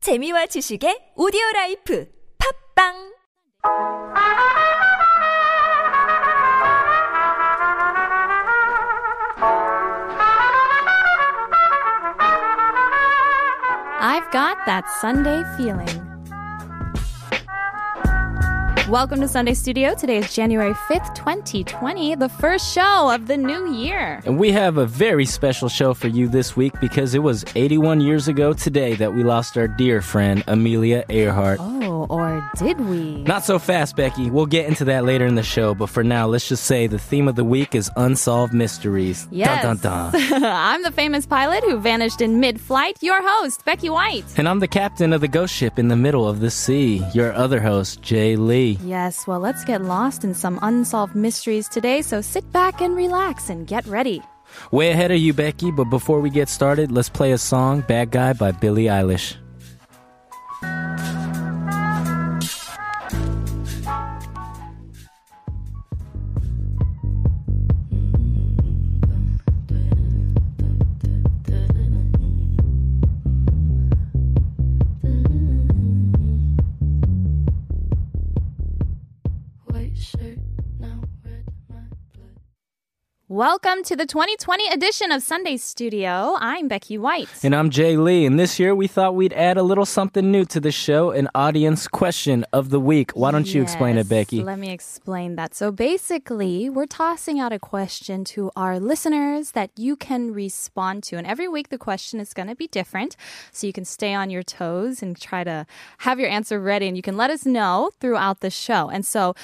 재미와 지식의 오디오 라이프 팝빵 I've got that Sunday feeling. Welcome to Sunday Studio. Today is January 5th, 2020, the first show of the new year. And we have a very special show for you this week because it was 81 years ago today that we lost our dear friend, Amelia Earhart. Oh, or did we? Not so fast, Becky. We'll get into that later in the show, but for now, let's just say the theme of the week is unsolved mysteries. Yes. Dun, dun, dun. I'm the famous pilot who vanished in mid flight, your host, Becky White. and I'm the captain of the ghost ship in the middle of the sea, your other host, Jay Lee. Yes, well, let's get lost in some unsolved mysteries today, so sit back and relax and get ready. Way ahead of you, Becky, but before we get started, let's play a song, Bad Guy by Billie Eilish. White shirt, now red, my blood. Welcome to the 2020 edition of Sunday Studio. I'm Becky White. And I'm Jay Lee, and this year we thought we'd add a little something new to the show an audience question of the week. Why don't you explain it, Yes, Becky? Let me explain that. So basically, we're tossing out a question to our listeners that you can respond to. And every week, the question is going to be different. So you can stay on your toes and try to have your answer ready. And you can let us know throughout the show. And so,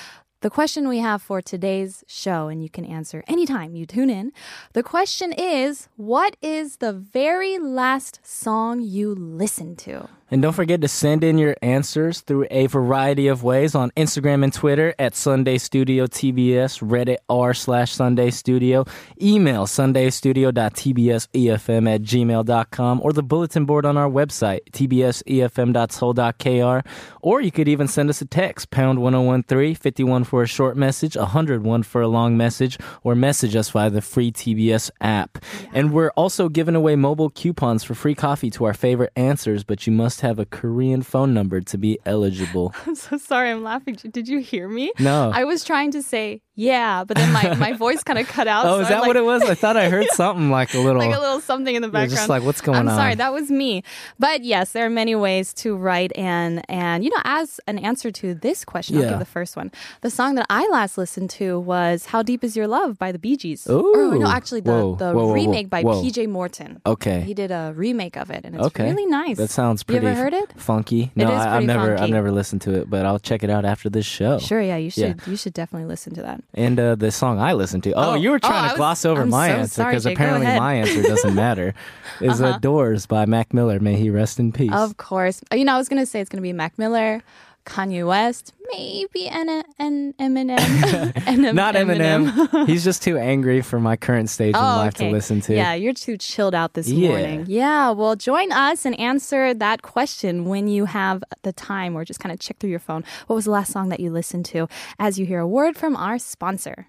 the question we have for today's show, and you can answer anytime you tune in. The question is What is the very last song you listened to? And don't forget to send in your answers through a variety of ways on Instagram and Twitter at Sunday Studio TBS, Reddit r slash Sunday Studio, email sundaystudio.tbsefm E at gmail.com, or the bulletin board on our website, E tbsefm.soul.kr. Or you could even send us a text, pound 1013, 51 for a short message, 101 for a long message, or message us via the free TBS app. And we're also giving away mobile coupons for free coffee to our favorite answers, but you must have a Korean phone number to be eligible. I'm so sorry. I'm laughing. Did you hear me? No. I was trying to say yeah, but then my, my voice kind of cut out. oh, is so that I'm like, what it was? I thought I heard something like a little. Like a little something in the You're background. just like, what's going I'm sorry, on? that was me. But yes, there are many ways to write in. And, you know, as an answer to this question, I'll Yeah. give the first one. The song that I last listened to was How Deep Is Your Love by the Bee Gees. Or, Ooh. no, actually, the, Whoa, the whoa, whoa, whoa, remake by whoa. PJ Morton. Okay. He did a remake of it, and it's okay. really nice. That sounds pretty. You ever heard it? Funky. No, is I, I've pretty never, I've funky. never listened to it, but I'll check it out after this show. Sure, yeah, you Yeah. should you should definitely listen to that. And uh, the song I listened to. Oh, Oh, you were oh, trying I to was- gloss over I'm my so answer sorry, because Jay. Go apparently ahead. Uh-huh. my answer doesn't matter. Is uh "Doors" by Mac Miller? May he rest in peace. Of course. You know, I was going to say it's going to be Mac Miller, Kanye West, maybe an, an Eminem. An Not Eminem. He's just too angry for my current stage in Oh, life okay. to listen to. Yeah, you're too chilled out this Yeah. morning. Yeah, well, join us and answer that question when you have the time or just kind of check through your phone. What was the last song that you listened to as you hear a word from our sponsor?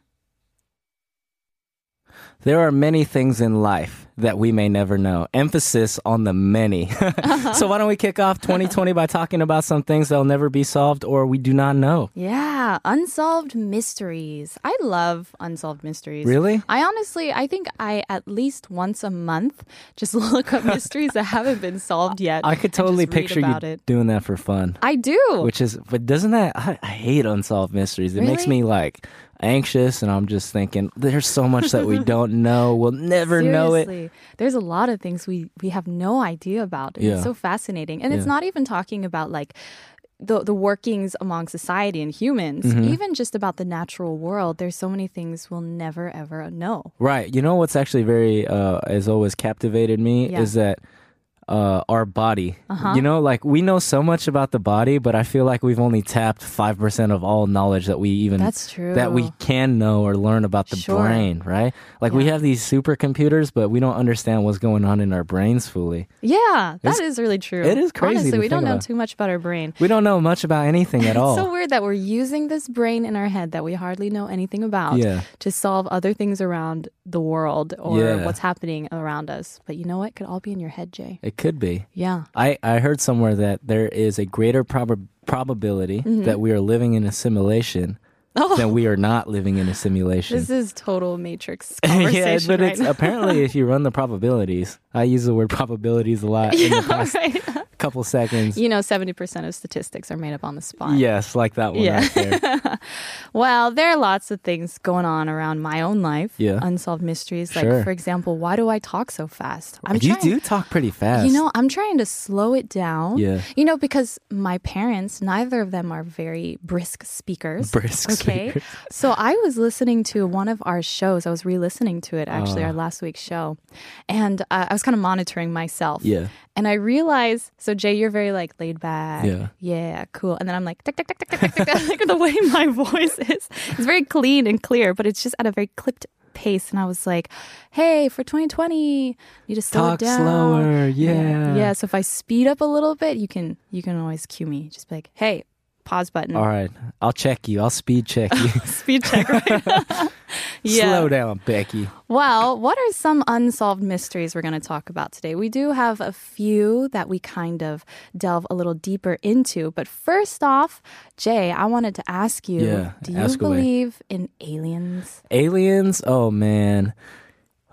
There are many things in life that we may never know. Emphasis on the many. Uh-huh. so why don't we kick off 2020 by talking about some things that'll never be solved or we do not know? Yeah, unsolved mysteries. I love unsolved mysteries. Really? I honestly, I think I at least once a month just look up mysteries that haven't been solved yet. I could and just totally read picture you about it. doing that for fun. I do. Which is, but doesn't that? I, I hate unsolved mysteries. It makes Really? me like anxious, and I'm just thinking, there's so much that we don't know. We'll never know it. Seriously, There's a lot of things we we have no idea about. And It's Yeah. so fascinating, and it's not even talking about like. The, the workings among society and humans, Mm-hmm. even just about the natural world, there's so many things we'll never ever know. Right. You know what's actually very uh, has always captivated me Yeah. Uh-huh. is that uh, our body. You know, like we know so much about the body, but I feel like we've only tapped five percent of all knowledge that we even That's true. that we can know or learn about the Sure. brain. Right. Like we have these supercomputers, but we don't understand what's going on in our brains fully. Yeah, that is It's- really true. it is crazy Honestly, to we don't think know about. too much about our brain. We don't know much about anything at all. It's so weird that we're using this brain in our head that we hardly know anything about Yeah. to solve other things around the world or Yeah. what's happening around us. But you know what? Could all be in your head, Jay. it could be. Yeah. I, I heard somewhere that there is a greater prob- probability Mm-hmm. that we are living in a simulation than we are not living in a simulation. Oh. This is total Matrix conversation yeah, but right it's now. apparently if you run the probabilities, I use the word probabilities a lot in the past right. couple seconds. You know, 70% of statistics are made up on the spot. Yes, like that one Yeah. out there. Well, there are lots of things going on around my own life. Yeah. Unsolved mysteries. Like, Sure. for example, why do I talk so fast? I'm you trying- do talk pretty fast. You know, I'm trying to slow it down. Yeah. You know, because my parents, neither of them are very brisk speakers. Brisk Okay. speakers. So I was listening to one of our shows. I was re listening to it actually, Ah. our last week's show. And uh, I was kind of monitoring myself. Yeah. And I realized, so Jay, you're very like laid back. Yeah. Yeah, cool. And then I'm like, tick, tick, tick, tick, tick, tick, tick, like the way my voice is. It's very clean and clear, but it's just at a very clipped pace. And I was like, hey, for 2020, need to slow it talk down. slower. Yeah. Yeah. So if I speed up a little bit, you can you can always cue me. Just be like, hey, pause button, All right. I'll check you. I'll speed check you. speed check. Right? yeah. Slow down, Becky. Well, what are some unsolved mysteries we're going to talk about today? We do have a few that we kind of delve a little deeper into. But first off, Jay, I wanted to ask you: Yeah, Do you ask away. believe in aliens? Aliens? Oh man.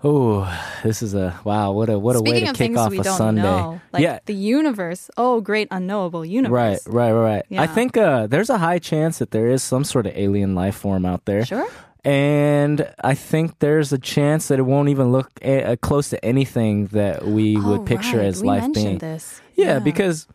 Oh, this is a wow, what a what a way Speaking to of kick things off we a don't Sunday. know, like yeah. the universe. Oh, great unknowable universe. Right, right, right, right. Yeah. I think uh, there's a high chance that there is some sort of alien life form out there. Sure. And I think there's a chance that it won't even look a- uh, close to anything that we Oh, would picture right. as we life mentioned being. This. Yeah, because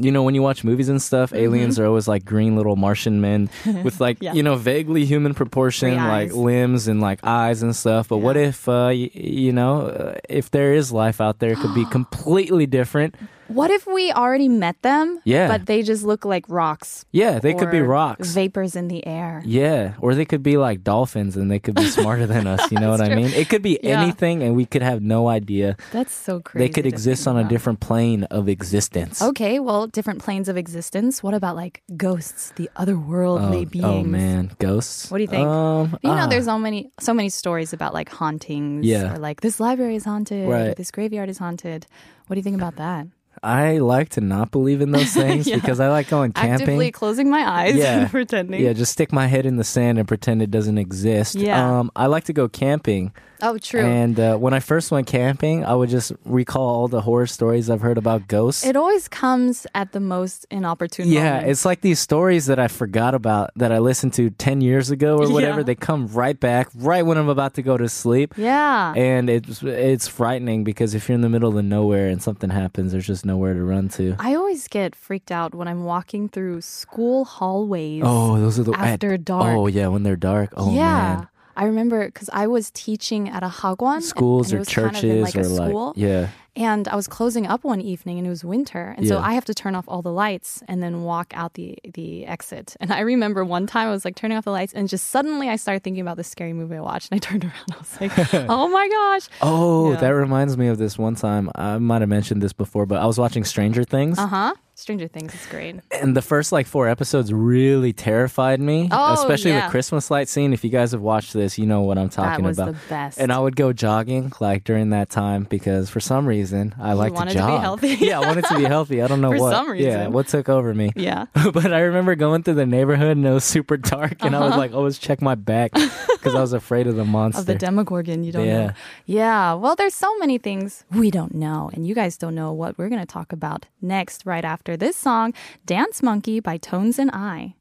you know when you watch movies and stuff, aliens are always like green little Martian men with like Mm-hmm. Yeah. you know vaguely human proportion, Three eyes. like limbs and like eyes and stuff. But what if uh, y- you know uh, if there is life out there, it could be completely different. What if we already met them? Yeah. But they just look like rocks. Yeah, they could or be rocks. Vapors in the air. yeah, or they could be like dolphins and they could be smarter than us. You know what I true. mean? It could be Yeah. anything, and we could have no idea. That's so crazy. they could to exist think on a about. different plane of existence. Okay, well, different planes of existence. What about like ghosts, the otherworldly beings? Oh man, ghosts. What do you think? Um, You know, ah. there's so many, so many stories about like hauntings. Yeah. Or like this library is haunted. or Right. This graveyard is haunted. What do you think about that? I like to not believe in those things because I like going camping. Actively closing my eyes and Yeah. pretending. yeah, just stick my head in the sand and pretend it doesn't exist. Yeah. Um, I like to go camping. Oh, true. And uh, when I first went camping, I would just recall all the horror stories I've heard about ghosts. it always comes at the most inopportune yeah, moment. it's like these stories that I forgot about that I listened to 10 years ago or whatever. Yeah. They come right back right when I'm about to go to sleep. Yeah. And it's it's frightening because if you're in the middle of nowhere and something happens, there's just nowhere to run to. I always get freaked out when I'm walking through school hallways. Oh, those are the at- after dark. Oh yeah, when they're dark. Oh yeah. man, I remember because I was teaching at a hagwon and- schools and, it or was kind of in churches like or a like school, yeah. and I was closing up one evening and it was winter, and so Yeah. I have to turn off all the lights and then walk out the the exit. And I remember one time I was like turning off the lights, and just suddenly I started thinking about this scary movie I watched, and I turned around, I was like, oh my gosh, Oh, Yeah. that reminds me of this one time. I might have mentioned this before, but I was watching Stranger Things, uh huh. Stranger Things is great. and the first like four episodes really terrified me, Oh, especially yeah. the Christmas light scene. If you guys have watched this, you know what I'm talking that was about. the best. And I would go jogging like during that time because for some reason I like wanted to to be jog. healthy. yeah, I wanted to be healthy. I don't know For what. some Yeah, reason. what took over me. yeah. but I remember going through the neighborhood and it was super dark, and I was like, always check my back because I was afraid of the monster. Uh-huh. Of the Demogorgon, you don't know. Yeah. Yeah. Well, there's so many things we don't know, and you guys don't know what we're going to talk about next, right after this song, Dance Monkey by Tones and I.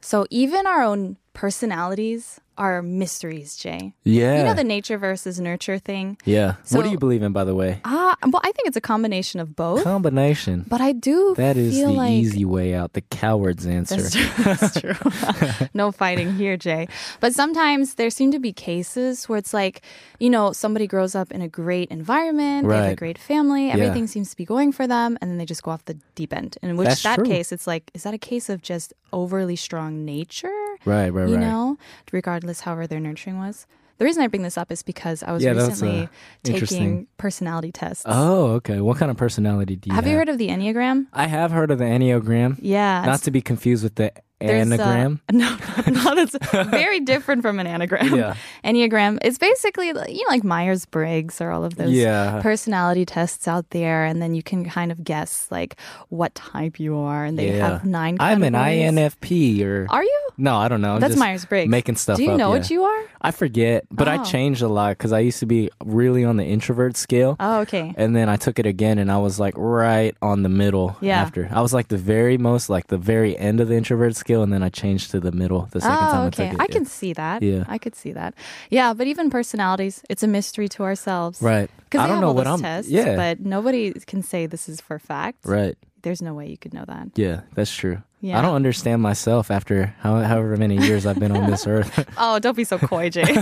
So even our own personalities are mysteries, Jay. yeah. You know the nature versus nurture thing? yeah. what So- do you believe in, by the way? Ah, well, I think it's a combination of both. Combination. But I do That is the feel like easy way out, the coward's answer. That's true. That's true. no fighting here, Jay. But sometimes there seem to be cases where it's like, you know, somebody grows up in a great environment, they have a Right. great family, everything seems to be going for them, and then they just go off the deep end. And in which That's that true. case, it's like, is that a case of just overly strong nature? Right, right, You right. know, regardless however their nurturing was. The reason I bring this up is because I was Yeah, that's, uh, recently taking interesting. personality tests. Oh, okay. What kind of personality do you have? Have you heard of the Enneagram? I have heard of the Enneagram. Yeah. Not to be confused with the There's uh, a- anagram. no, no, that's very different from an anagram. Yeah. Enneagram is basically, you know, like Myers Briggs or all of those Yeah. personality tests out there. And then you can kind of guess like what type you are. And they yeah. have nine I'm an categories. INFP or Are you? no, I don't know. I'm That's just Myers Briggs. Making stuff. Do you up, know yeah. what you are? I forget, but I Oh. changed a lot because I used to be really on the introvert scale. Oh, okay. And then I took it again and I was like right on the middle Yeah. after. I was like the very most, like the very end of the introvert scale. And then I changed to the middle the second Oh, time okay. I took it. I yeah. can see that. Yeah. I could see that. Yeah, but even personalities, it's a mystery to ourselves. Right. Because they I don't have know all what those I'm. tests, yeah. but nobody can say this is for fact. right. There's no way you could know that. Yeah. That's true. Yeah. I don't understand myself after how, however many years I've been on this earth. Oh, don't be so coy, Jay.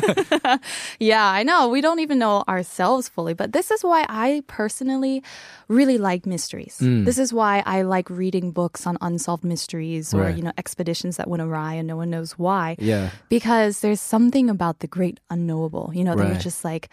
yeah, I know. We don't even know ourselves fully, but this is why I personally really like mysteries. Mm. This is why I like reading books on unsolved mysteries or, Right. you know, expeditions that went awry and no one knows why. Yeah. Because there's something about the great unknowable, you know, that Right. you're just like,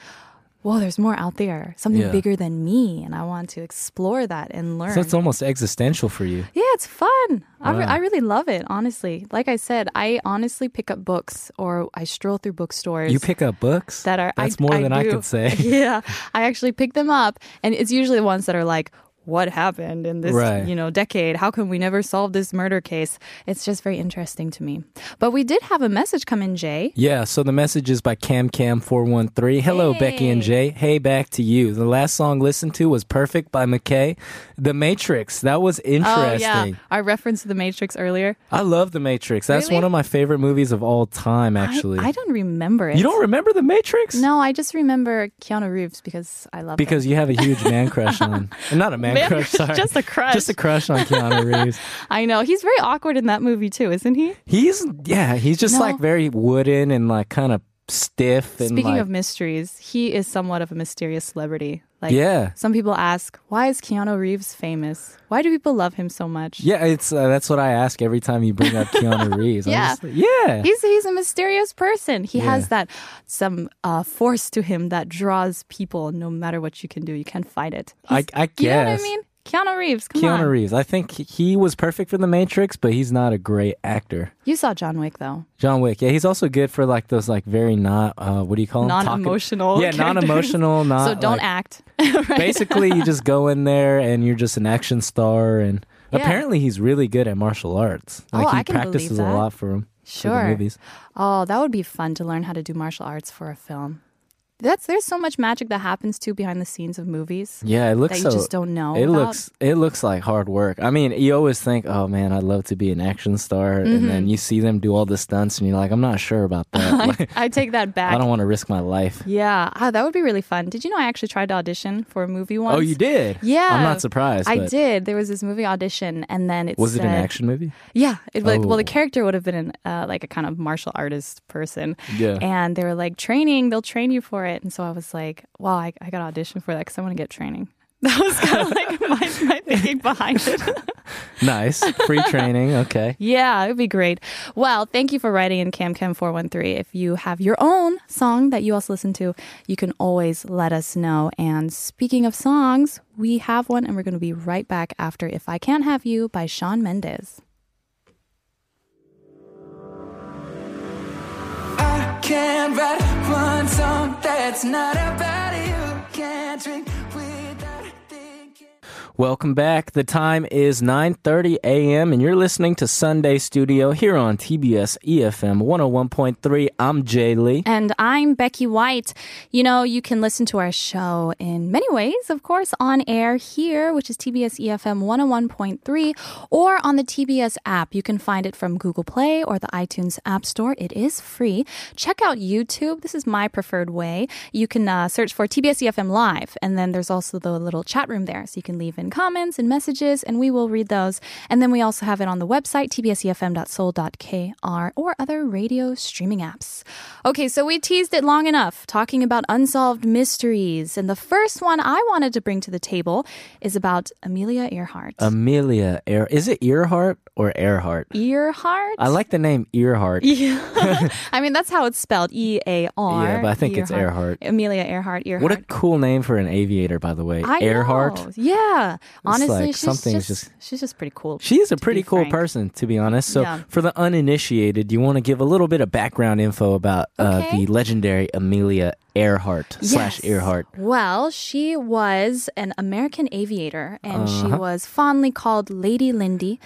whoa, there's more out there, something Yeah. bigger than me. And I want to explore that and learn. so it's almost existential for you. Yeah, it's fun. I, re- I really love it, honestly. Like I said, I honestly pick up books or I stroll through bookstores. You pick up books that are That's more than I do. could say. yeah, I actually pick them up, and it's usually the ones that are like, "What happened in this Right. you know decade? How can we never solve this murder case?" It's just very interesting to me. But we did have a message come in, Jay. Yeah, so the message is by CamCam413. Hello, Becky and Jay. Hey, back to you. The last song listened to was Perfect by McKay. The Matrix. That was Oh interesting. yeah, our reference to the Matrix earlier. I love The Matrix. That's Really? one of my favorite movies of all time, I- actually. I, don't remember it. you don't remember The Matrix? No, I just remember Keanu Reeves because I love him. Because you have a huge man crush on. Not a man, Man crush, crush, sorry. just a crush. Just a crush on Keanu Reeves. I know he's very awkward in that movie too, isn't he? He's, yeah, he's just No. like very wooden and like kind of stiff. And Speaking like, of mysteries, he is somewhat of a mysterious celebrity. Like, Yeah. Some people ask, why is Keanu Reeves famous? Why do people love him so much? Yeah, it's uh, that's what I ask every time you bring up Keanu Reeves. I'm Yeah. just like, yeah. He's, he's a mysterious person. He Yeah. has that some uh, force to him that draws people no matter what you can do. You can't fight it. I, I guess. You know what I mean? Keanu Reeves, come Keanu on. Reeves. I think he- he was perfect for The Matrix, but he's not a great actor. You saw John Wick, though. John Wick. Yeah, he's also good for like those like very not uh, what do you call them? Talkative- Non-emotional Yeah, characters. non-emotional. Not so don't like- act. Right? Basically, you just go in there and you're just an action star. And Yeah. apparently, he's really good at martial arts. Like Oh, he I can believe practices that. a lot for him. for the Sure. movies. Oh, that would be fun to learn how to do martial arts for a film. That's There's so much magic that happens too behind the scenes of movies. Yeah, it looks you so. just don't know It about? looks it looks like hard work. I mean, you always think, "Oh man, I'd love to be an action star," and Mm-hmm. then you see them do all the stunts, and you're like, "I'm not sure about that. Like, I take that back. I don't want to risk my life." Yeah, ah, that would be really fun. Did you know I actually tried to audition for a movie once? Oh, you did? Yeah, I'm not surprised. I but did. There was this movie audition, and then it Was it an said- action movie? Yeah, it was. Well, the Oh. character would have been an, uh, like a kind of martial artist person. Yeah. and they were like training. They'll train you for it, and so I was like, well, I, I got audition for that because I want to get training. That was kind of like my, my thinking behind it. Nice free training. Okay. Yeah, it would be great. Well, thank you for writing in CamCam413. If you have your own song that you also listen to, you can always let us know. And speaking of songs, we have one and we're going to be right back after If I Can't Have You by Sean Mendes. I can't write one song that's not about you. Can't drink without thinking. Welcome back. The time is 9:30 a.m. and you're listening to Sunday Studio here on TBS EFM 101.3. I'm Jay Lee. And I'm Becky White. You know, you can listen to our show in many ways, of course, on air here, which is TBS EFM 101.3, or on the TBS app. You can find it from Google Play or the iTunes App Store. It is free. Check out YouTube. This is my preferred way. You can uh, search for TBS EFM Live, and then there's also the little chat room there. So you can leave in comments and messages, and we will read those. And then we also have it on the website, tbsefm.soul.kr, or other radio streaming apps. Okay, so we teased it long enough, talking about unsolved mysteries. And the first one I Um, wanted to bring to the table is about Amelia Earhart. Amelia Ear. Is it Earhart or Earhart? Earhart? I like the name Earhart. Yeah. I mean, that's how it's spelled E A R. Yeah, but I think it's Earhart. Amelia Earhart. Earhart. What a cool name for an aviator, by the way. I Earhart. know. Yeah. Honestly, like she's, something's just, just- she's just pretty cool. She is a to be pretty cool frank. person, to be honest. So, Yeah. for the uninitiated, you want to give a little bit of background info about uh, Okay. the legendary Amelia Earhart slash Yes. Earhart. Well, she was an American aviator, and she Uh-huh. was fondly called Lady Lindy,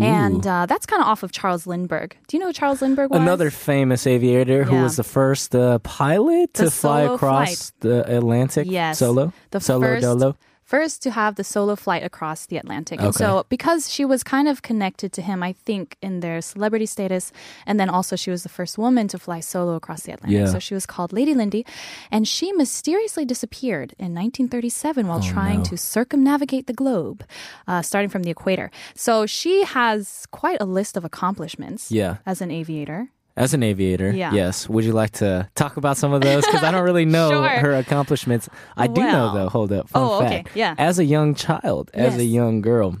and uh, that's kind of off of Charles Lindbergh. Do you know who Charles Lindbergh was? Another famous aviator who Yeah. was the first uh, pilot The to fly solo across the Atlantic Yes. solo. The solo first- dolo. first to have the solo flight across the Atlantic. And Okay. so, because she was kind of connected to him, I think, in their celebrity status, and then also she was the first woman to fly solo across the Atlantic. Yeah. So, she was called Lady Lindy, and she mysteriously disappeared in 1937 while Oh, trying to circumnavigate the globe, uh, starting from the equator. So, she has quite a list of accomplishments Yeah. as an aviator. As an aviator, Yeah. yes. Would you like to talk about some of those? Because I don't really know Sure. her accomplishments. I do Well. know, though. Hold up. Fun Oh, okay. fact. Yeah. As a young child, as a Yes. young girl,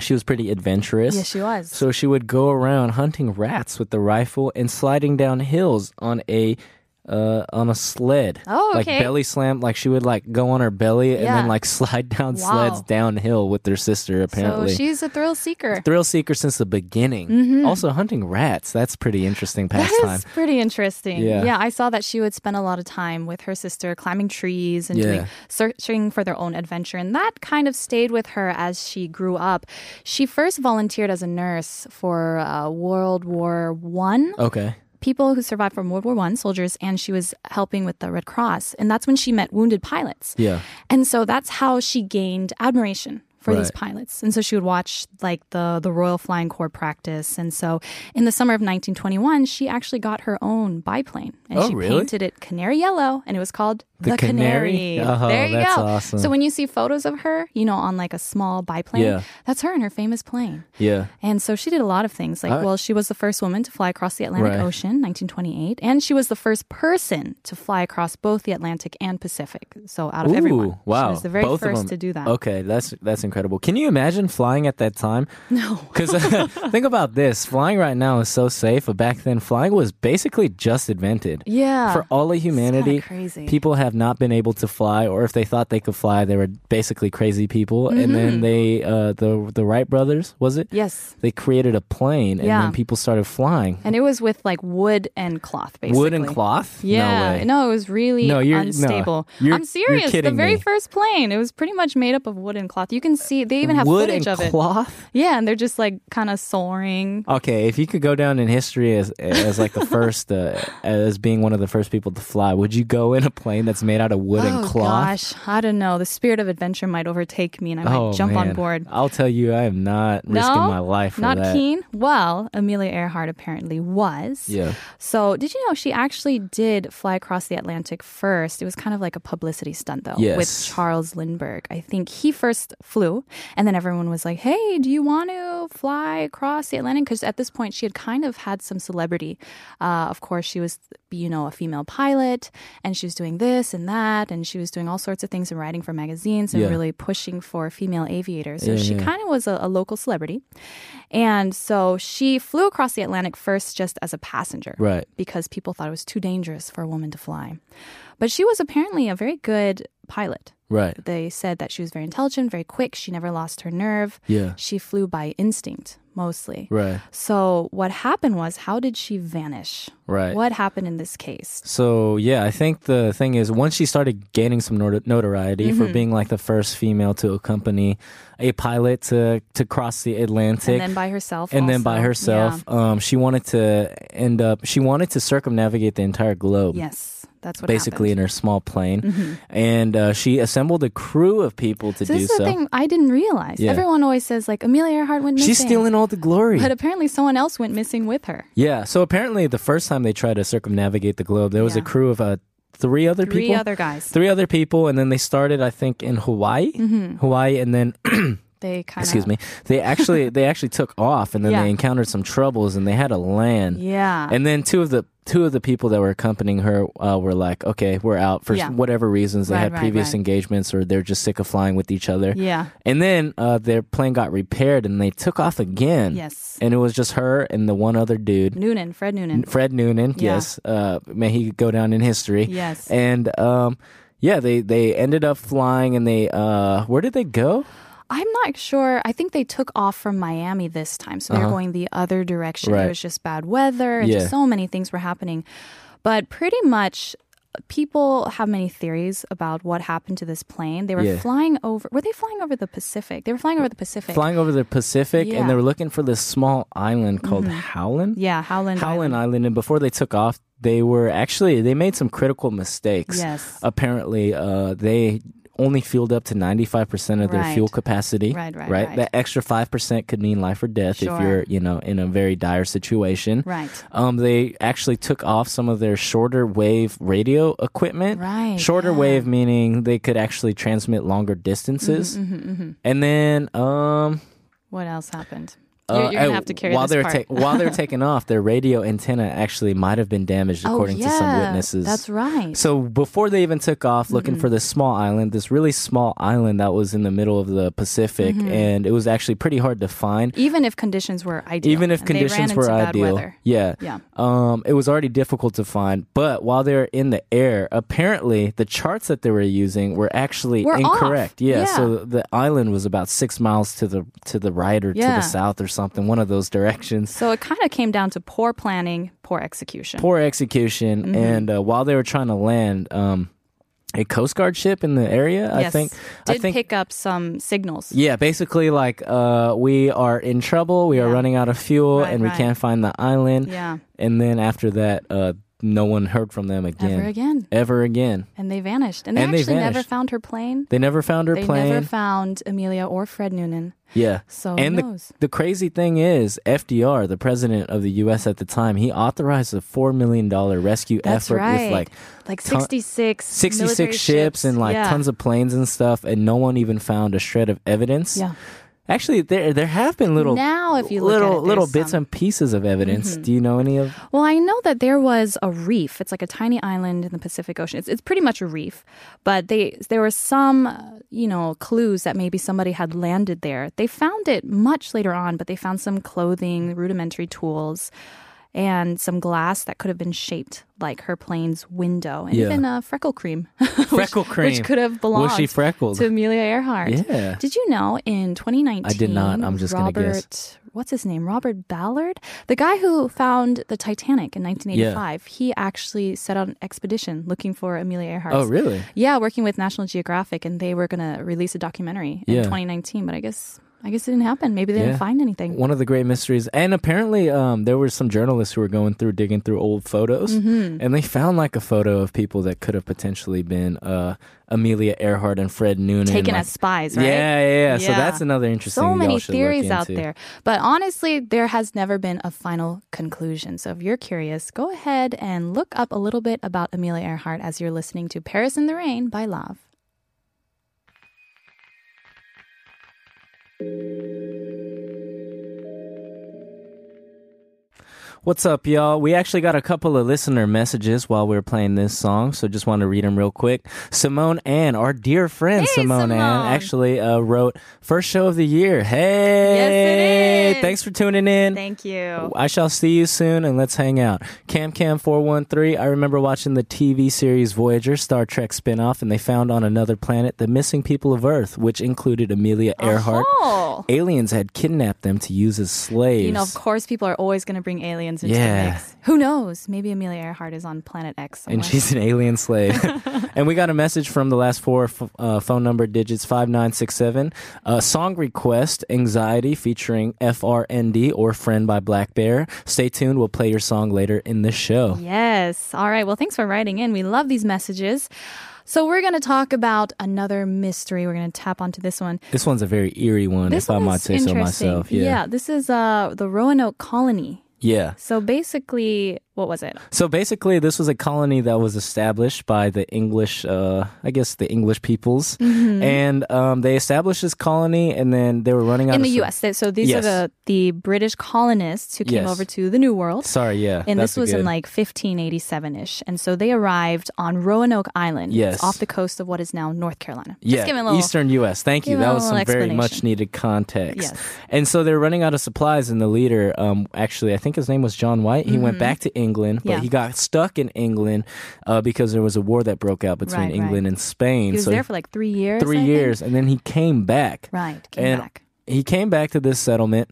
she was pretty adventurous. Yes, she was. So she would go around hunting rats with the rifle and sliding down hills on a uh, on a sled. Oh, okay. Like belly slam. Like she would like go on her belly and Yeah. then like slide down sleds Wow. downhill with their sister. Apparently. So, she's a thrill seeker. Thrill seeker since the beginning. Also hunting rats. That's pretty interesting Mm-hmm. That pastime. is pretty interesting. Yeah. I saw that she would spend a lot of time with her sister climbing trees and doing, Yeah. searching for their own adventure. And that kind of stayed with her as she grew up. She first volunteered as a nurse for uh, World War One Okay. people who survived from World War One, soldiers, and she was helping with the Red Cross. And that's when she met wounded pilots. Yeah. And so that's how she gained admiration for these Right. pilots. And so she would watch like the the Royal Flying Corps practice. And so in the summer of 1921, she actually got her own biplane and Oh, she really? painted it canary yellow and it was called The, The Canary. Canary? Oh, there you that's go. awesome. So when you see photos of her, you know, on like a small biplane, Yeah. that's her in her famous plane. Yeah. And so she did a lot of things. Like, All right. well, she was the first woman to fly across the Atlantic Right. Ocean, 1928, and she was the first person to fly across both the Atlantic and Pacific. So out of everyone, Ooh, wow. she was the very Both of first to them. do that. Okay, that's that's incredible. Can you imagine flying at that time? No. Cuz think about this, flying right now is so safe, but back then flying was basically just invented. Yeah. For all of humanity, crazy. people have not been able to fly or if they thought they could fly, they were basically crazy people. And then Mm-hmm. they uh the the Wright brothers, was it? yes, They created a plane and Yeah. then people started flying. and it was with like wood and cloth, basically. Wood and cloth? No Yeah, way. no, it was really No, you're- no. unstable. You're- I'm you're serious. the kidding very me. first plane, it was pretty much made up of wood and cloth. You can see they even have Wood footage and of it. cloth? Yeah, and they're just like kind of soaring. Okay, if you could go down in history as as like the first uh, as being one of the first people to fly, would you go in a plane that's made out of wood and oh cloth? gosh, I don't know. The spirit of adventure might overtake me, and I might Oh, jump on man. board. I'll tell you, I am not risking no, my life for not that. keen. Well, Amelia Earhart apparently was. Yeah. So, did you know she actually did fly across the Atlantic first? It was kind of like a publicity stunt, though, Yes. with Charles Lindbergh. I think he first flew, and then everyone was like, "Hey, do you want to fly across the Atlantic?" Because at this point, she had kind of had some celebrity. Uh, of course, she was, you know, a female pilot, and she was doing this and that, and she was doing all sorts of things and writing for magazines and Yeah. really pushing for female aviators. So Yeah, she yeah. kind of was a, a local celebrity. And so she flew across the Atlantic first just as a passenger. Right. Because people thought it was too dangerous for a woman to fly. But she was apparently a very good pilot. Right. They said that she was very intelligent, very quick. She never lost her nerve. Yeah. She flew by instinct mostly. Right. So what happened was, how did she vanish? Right. What happened in this case? So yeah, I think the thing is once she started gaining some not- notoriety for Mm-hmm. being like the first female to accompany a pilot to to cross the Atlantic, And then by herself. and then by also. herself, Yeah. um, she wanted to end up. She wanted to circumnavigate the entire globe. Yes, that's what basically happened. Mm-hmm. in her small plane, and uh, she assembled a crew of people to So do this is the so. thing I didn't realize. Yeah. Everyone always says like Amelia Earhart went missing. She's stealing all the glory. But apparently, someone else went missing with her. yeah. So apparently, the first time they tried to circumnavigate the globe, there was a Yeah. crew of uh, three other Three people. other guys. Mm-hmm. Three other people, and then they started, I think, in Hawaii, Hawaii, and then They kind of excuse me they actually they actually took off and then Yeah. they encountered some troubles and they had to land Yeah. and then two of the two of the people that were accompanying her uh, were like okay we're out for Yeah. whatever reasons they Right, had right, previous right. engagements or they're just sick of flying with each other yeah. and then uh, their plane got repaired and they took off again Yes. and it was just her and the one other dude Noonan, Fred Noonan. Fred Noonan, Yeah. yes, uh, may he go down in history. Yes. and um, yeah, they they ended up flying, and they uh, where did they go? I'm not sure. I think they took off from Miami this time, so they're going the other direction. Uh-huh. Right. It was just bad weather, and Yeah. just so many things were happening. But pretty much, uh, people have many theories about what happened to this plane. They were Yeah. flying over. Were they flying over the Pacific? They were flying over the Pacific. Flying over the Pacific, and they Yeah. Mm-hmm. were looking for this small island called Howland. yeah, Howland. Howland Island, and before they took off, they were actually they made some critical mistakes. Yes. apparently uh, they only fueled up to ninety five percent of their Right. fuel capacity. Right, right, right. That extra five percent could mean life or death if Sure. you're you know in a very dire situation. Right. Um, they actually took off some of their shorter wave radio equipment. Right, Shorter yeah. wave meaning they could actually transmit longer distances. Mm-hmm, And then um, What else happened? uh, you're you're gonna oh, have to carry while this they're part. ta- while they're taking off, their radio antenna actually might have been damaged, Oh, according to some yeah, witnesses. That's right. Mm-hmm. So before they even took off looking for this small island, this really small island that was in the middle of the Pacific, Mm-hmm. and it was actually pretty hard to find. even if conditions were ideal, Even if and they ran conditions were into bad ideal, weather. yeah, Yeah. um, it was already difficult to find. But while they were in the air, apparently the charts that they were using were actually Were off. incorrect. Yeah, Yeah. so the island was about six miles to the to the right or to Yeah. the south or something, one of those directions. So it kind of came down to poor planning, poor execution. Poor execution, Mm-hmm. and uh, while they were trying to land. Um, a Coast Guard ship in the area, I yes. think. Did I think pick up some signals. Yeah, basically, like uh, we are in trouble. We are Yeah. running out of fuel, Right, and we right. can't find the island. Yeah. And then after that, uh, no one heard from them again. Ever again. Ever again. And they vanished. And they And they actually never vanished. found her plane. They never found her They plane. never found Amelia or Fred Noonan. yeah. So and who the knows? the crazy thing is, FDR, the president of the U.S. at the time, he authorized a four million dollar rescue That's effort right. with like like ton- 66 sixty military six ships and like Yeah. tons of planes and stuff, and no one even found a shred of evidence. Yeah. Actually, there there have been little Now, if you look at little it, there's little bits some. Mm-hmm. and pieces of evidence. Do you know any of? Well, I know that there was a reef. It's like a tiny island in the Pacific Ocean. It's, it's pretty much a reef, but they there were some, uh, you know, clues that maybe somebody had landed there. They found it much later on, but they found some clothing, rudimentary tools, and some glass that could have been shaped like her plane's window, and Yeah. even a freckle cream, Freckle which, cream. which could have belonged Was she freckled? to Amelia Earhart. Yeah. Did you know in 2019? I did not. I'm just gonna Robert, guess. What's his name? Robert Ballard, the guy who found the Titanic in 1985. He actually set out an expedition looking for Amelia Earhart. Oh, really? Yeah, working with National Geographic, and they were going to release a documentary in Yeah. 2019. But I guess I guess it didn't happen. Maybe they Yeah. didn't find anything. One of the great mysteries, and apparently um, there were some journalists who were going through digging through old photos, Mm-hmm. and they found like a photo of people that could have potentially been uh, Amelia Earhart and Fred Noonan, Taken as like- spies, right? Yeah, yeah, yeah. So Yeah. that's another interesting. so many y'all should look theories out into. there. But honestly, there has never been a final conclusion. So if you're curious, go ahead and look up a little bit about Amelia Earhart as you're listening to Paris in the Rain by Love. What's up, y'all? We actually got a couple of listener messages while we were playing this song, so just want to read them real quick. Simone Ann, our dear friend Hey, Simone, Ann, Simone. actually uh, wrote first show of the year. Hey, is. Thanks for tuning in. Thank you. I shall see you soon and let's hang out. Cam Cam 413, I remember watching the TV series Voyager, Star Trek spinoff, and they found on another planet the missing people of Earth, which included Amelia Uh-huh. Earhart. Oh. Aliens had kidnapped them to use as slaves. You know, of course, people are always going to bring aliens into Yeah. the mix. Who knows? Maybe Amelia Earhart is on planet X. Somewhere. and she's an alien slave. and we got a message from the last four f- uh, phone number digits 5967. Uh, song request Anxiety featuring FRND or Friend by Black Bear. Stay tuned, we'll play your song later in the show. Yes. All right. Well, thanks for writing in. We love these messages. So we're going to talk about another mystery. We're going to tap onto this one. This one's a very eerie one, This if I one might is say so interesting. myself. Yeah. this is uh, the Roanoke Colony. Yeah. So basically, what was it? So basically, this was a colony that was established by the English, uh, I guess the English peoples. Mm-hmm. And um, they established this colony and then they were running out In of the food. U.S. So these Yes. are the the British colonists who came Yes. over to the New World. Sorry, yeah. And that's this was in a like good- 1587 ish. And so they arrived on Roanoke Island. It's Yes. off the coast of what is now North Carolina. Just Yeah, give me a little- Eastern U.S. Thank you. give me That a was some little very much explanation. needed context. Yes. And so they're running out of supplies, and the leader, um, actually, I think his name was John White. He went back to England, but Mm-hmm. Yeah. he got stuck in England uh, because there was a war that broke out between Right, right. England and Spain. He was so there for like three years. three I think. years, and then he came back. Right. Came and back. he came back to this settlement.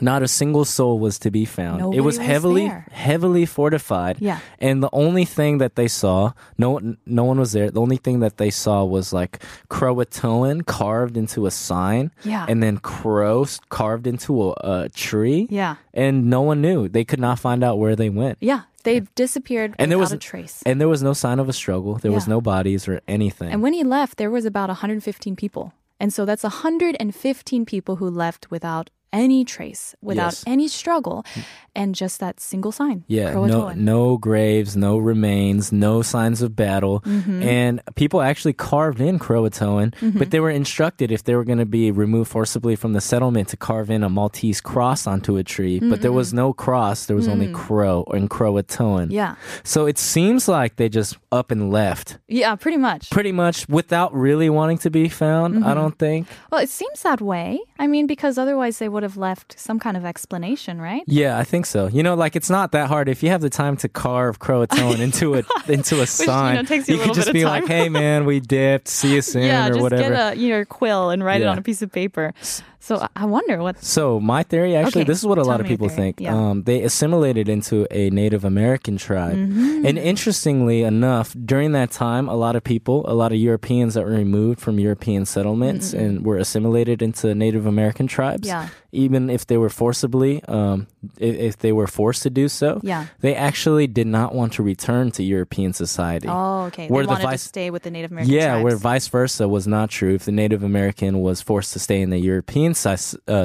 Not a single soul was to be found. Nobody it was was heavily, there. heavily fortified. Yeah. And the only thing that they saw, no, no one was there. The only thing that they saw was like Croatoan carved into a sign. Yeah. And then crow s- carved into a, a tree. Yeah. And no one knew. They could not find out where they went. Yeah. They disappeared And there without was a trace. And there was no sign of a struggle. There was Yeah. no bodies or anything. And when he left, there was about 115 people. And so that's 115 people who left without any trace, without Yes. any struggle, and just that single sign. Yeah, no, Croatoan. no graves, no remains, no signs of battle, and people actually carved in Croatoan, but they were instructed if they were going to be removed forcibly from the settlement to carve in a Maltese cross onto a tree. But there was no cross; there was only crow in Croatoan. Yeah. So it seems like they just up and left, Yeah, pretty much. pretty much without really wanting to be found. I don't think. Well, it seems that way. I mean, because otherwise they would have left some kind of explanation, right? Yeah, I think so. You know, like it's not that hard if you have the time to carve Croatoan into a into a sign. know, takes you a little could just bit of be time. like, "Hey, man, we dipped. See you soon," yeah, or just get whatever. a your quill and write it Yeah. on a piece of paper. So I- I wonder what. so my theory, actually, Okay, this is what a tell lot of me your people theory. think. Yeah. Um, they assimilated into a Native American tribe, Mm-hmm. and interestingly enough, during that time, a lot of people, a lot of Europeans that were removed from European settlements and were assimilated into Native American tribes. Yeah. Even if they were forcibly, um, if, if they were forced to do so, Yeah. they actually did not want to return to European society. Oh, okay. They Where the wanted vice- to stay with the Native American Yeah, where tribes. vice versa was not true. If the Native American was forced to stay in the European si- uh,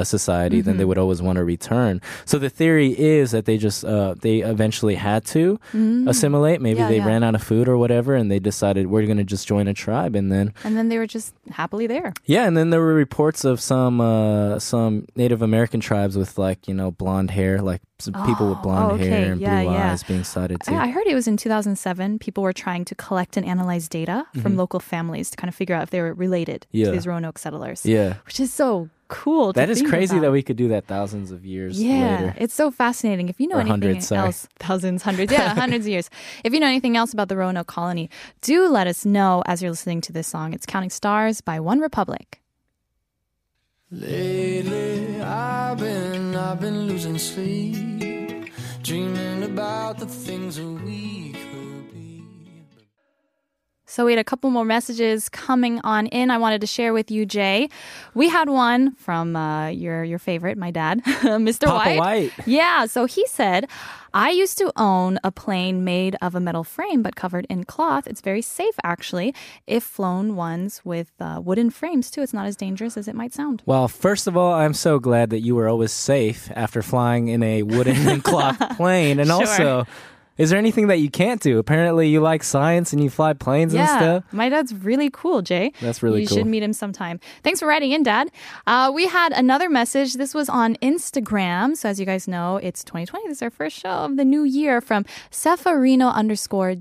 Mm-hmm. society, then they would always want to return. So the theory is that they just uh, they eventually had to assimilate. Maybe Mm-hmm. Yeah, they yeah. ran out of food or whatever, and they decided we're going to just join a tribe. And then and then they were just happily there. yeah, and then there were reports of some uh, some Native American tribes with like you know blonde hair, like some people with Oh, blonde okay. hair and Yeah, blue yeah. eyes being cited too. I, I heard it was in 2007. People were trying to collect and analyze data from local families to kind of figure out if they were related Mm-hmm. Yeah. to these Roanoke settlers. yeah. Which is so cool. to That is think crazy that about. we could do that thousands of years Yeah, later. it's so fascinating. If you know Or anything hundreds, sorry. else, thousands, hundreds, yeah, hundreds of years. If you know anything else about the Roanoke colony, do let us know as you're listening to this song. It's Counting Stars by One Republic. Lately, I've been, I've been losing sleep, dreaming about the things that we could be. So we had a couple more messages coming on in. I wanted to share with you, Jay. We had one from uh, your your favorite, my dad, Mr. Papa White. Yeah. So he said, I used to own a plane made of a metal frame but covered in cloth. It's very safe, actually, if flown ones with uh, wooden frames too. It's not as dangerous as it might sound. Well, first of all, I'm so glad that you were always safe after flying in a wooden and cloth plane. And Sure. also, is there anything that you can't do? Apparently, you like science and you fly planes and stuff. My dad's really cool, Jay. That's really you cool. should meet him sometime. Thanks for writing in, Dad. Uh, we had another message. This was on Instagram. So as you guys know, it's 2020. This is our first show of the new year from Seferino underscore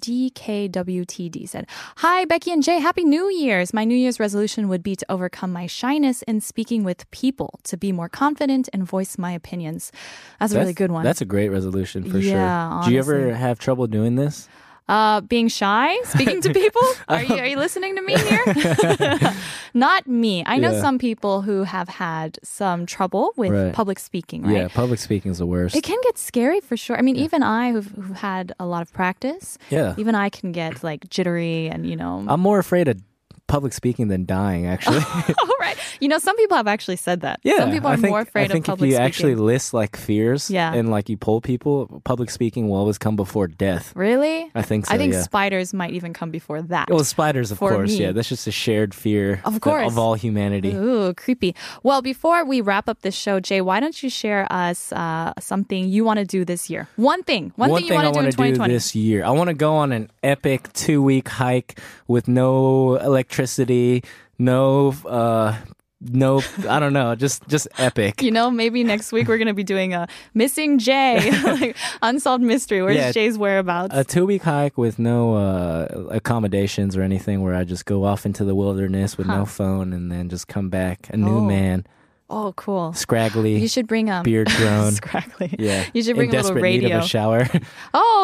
DKWTD said, Hi, Becky and Jay. Happy New Year's. My New Year's resolution would be to overcome my shyness in speaking with people, to be more confident and voice my opinions. That's a really good one. That's a great resolution for Yeah, sure. Do you ever honestly. have trouble doing this? Uh, being shy, speaking to people. Are you are you listening to me here? Not me. I know Yeah. some people who have had some trouble with Right. public speaking. Right. Yeah, public speaking's the worst. It can get scary for sure. I mean, even I, who've, who've had a lot of practice, Yeah. even I can get like jittery and you know. I'm more afraid of public speaking than dying, actually. All right. You know, some people have actually said that. Oh. yeah. Some people are I think, more afraid I think of public if you speaking. actually list like fears Yeah. and like you poll people, public speaking will always come before death. really? I think so. I think yeah. spiders might even come before that. Well, spiders, of for course. me. Yeah, that's just a shared fear Of that- course. of all humanity. Ooh, creepy. Well, before we wrap up this show, Jay, why don't you share us uh, something you want to do this year? One thing. One, thing you want I to do in wanna 2020. this year, I want to go on an epic two week hike with no electricity, no, uh, no, I don't know, just just epic. You know, maybe next week we're going to be doing a missing Jay, like unsolved mystery. Where's Yeah. Jay's whereabouts? a two week hike with no uh, accommodations or anything, where I just go off into the wilderness with no phone and then just come back a new Oh. man, oh, cool. scraggly, You should bring um beard grown. Scraggly. yeah, You should in bring a little desperate need radio. of a shower.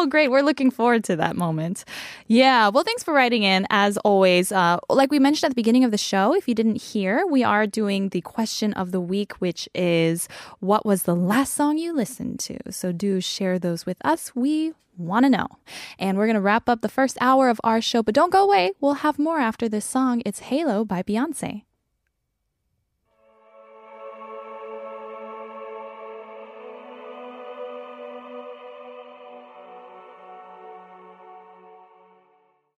Oh, great. We're looking forward to that moment. Yeah. Well, thanks for writing in. As always, uh, like we mentioned at the beginning of the show, if you didn't hear, we are doing the question of the week, which is what was the last song you listened to? So do share those with us. We want to know. And we're going to wrap up the first hour of our show, but don't go away. We'll have more after this song. It's Halo by Beyonce.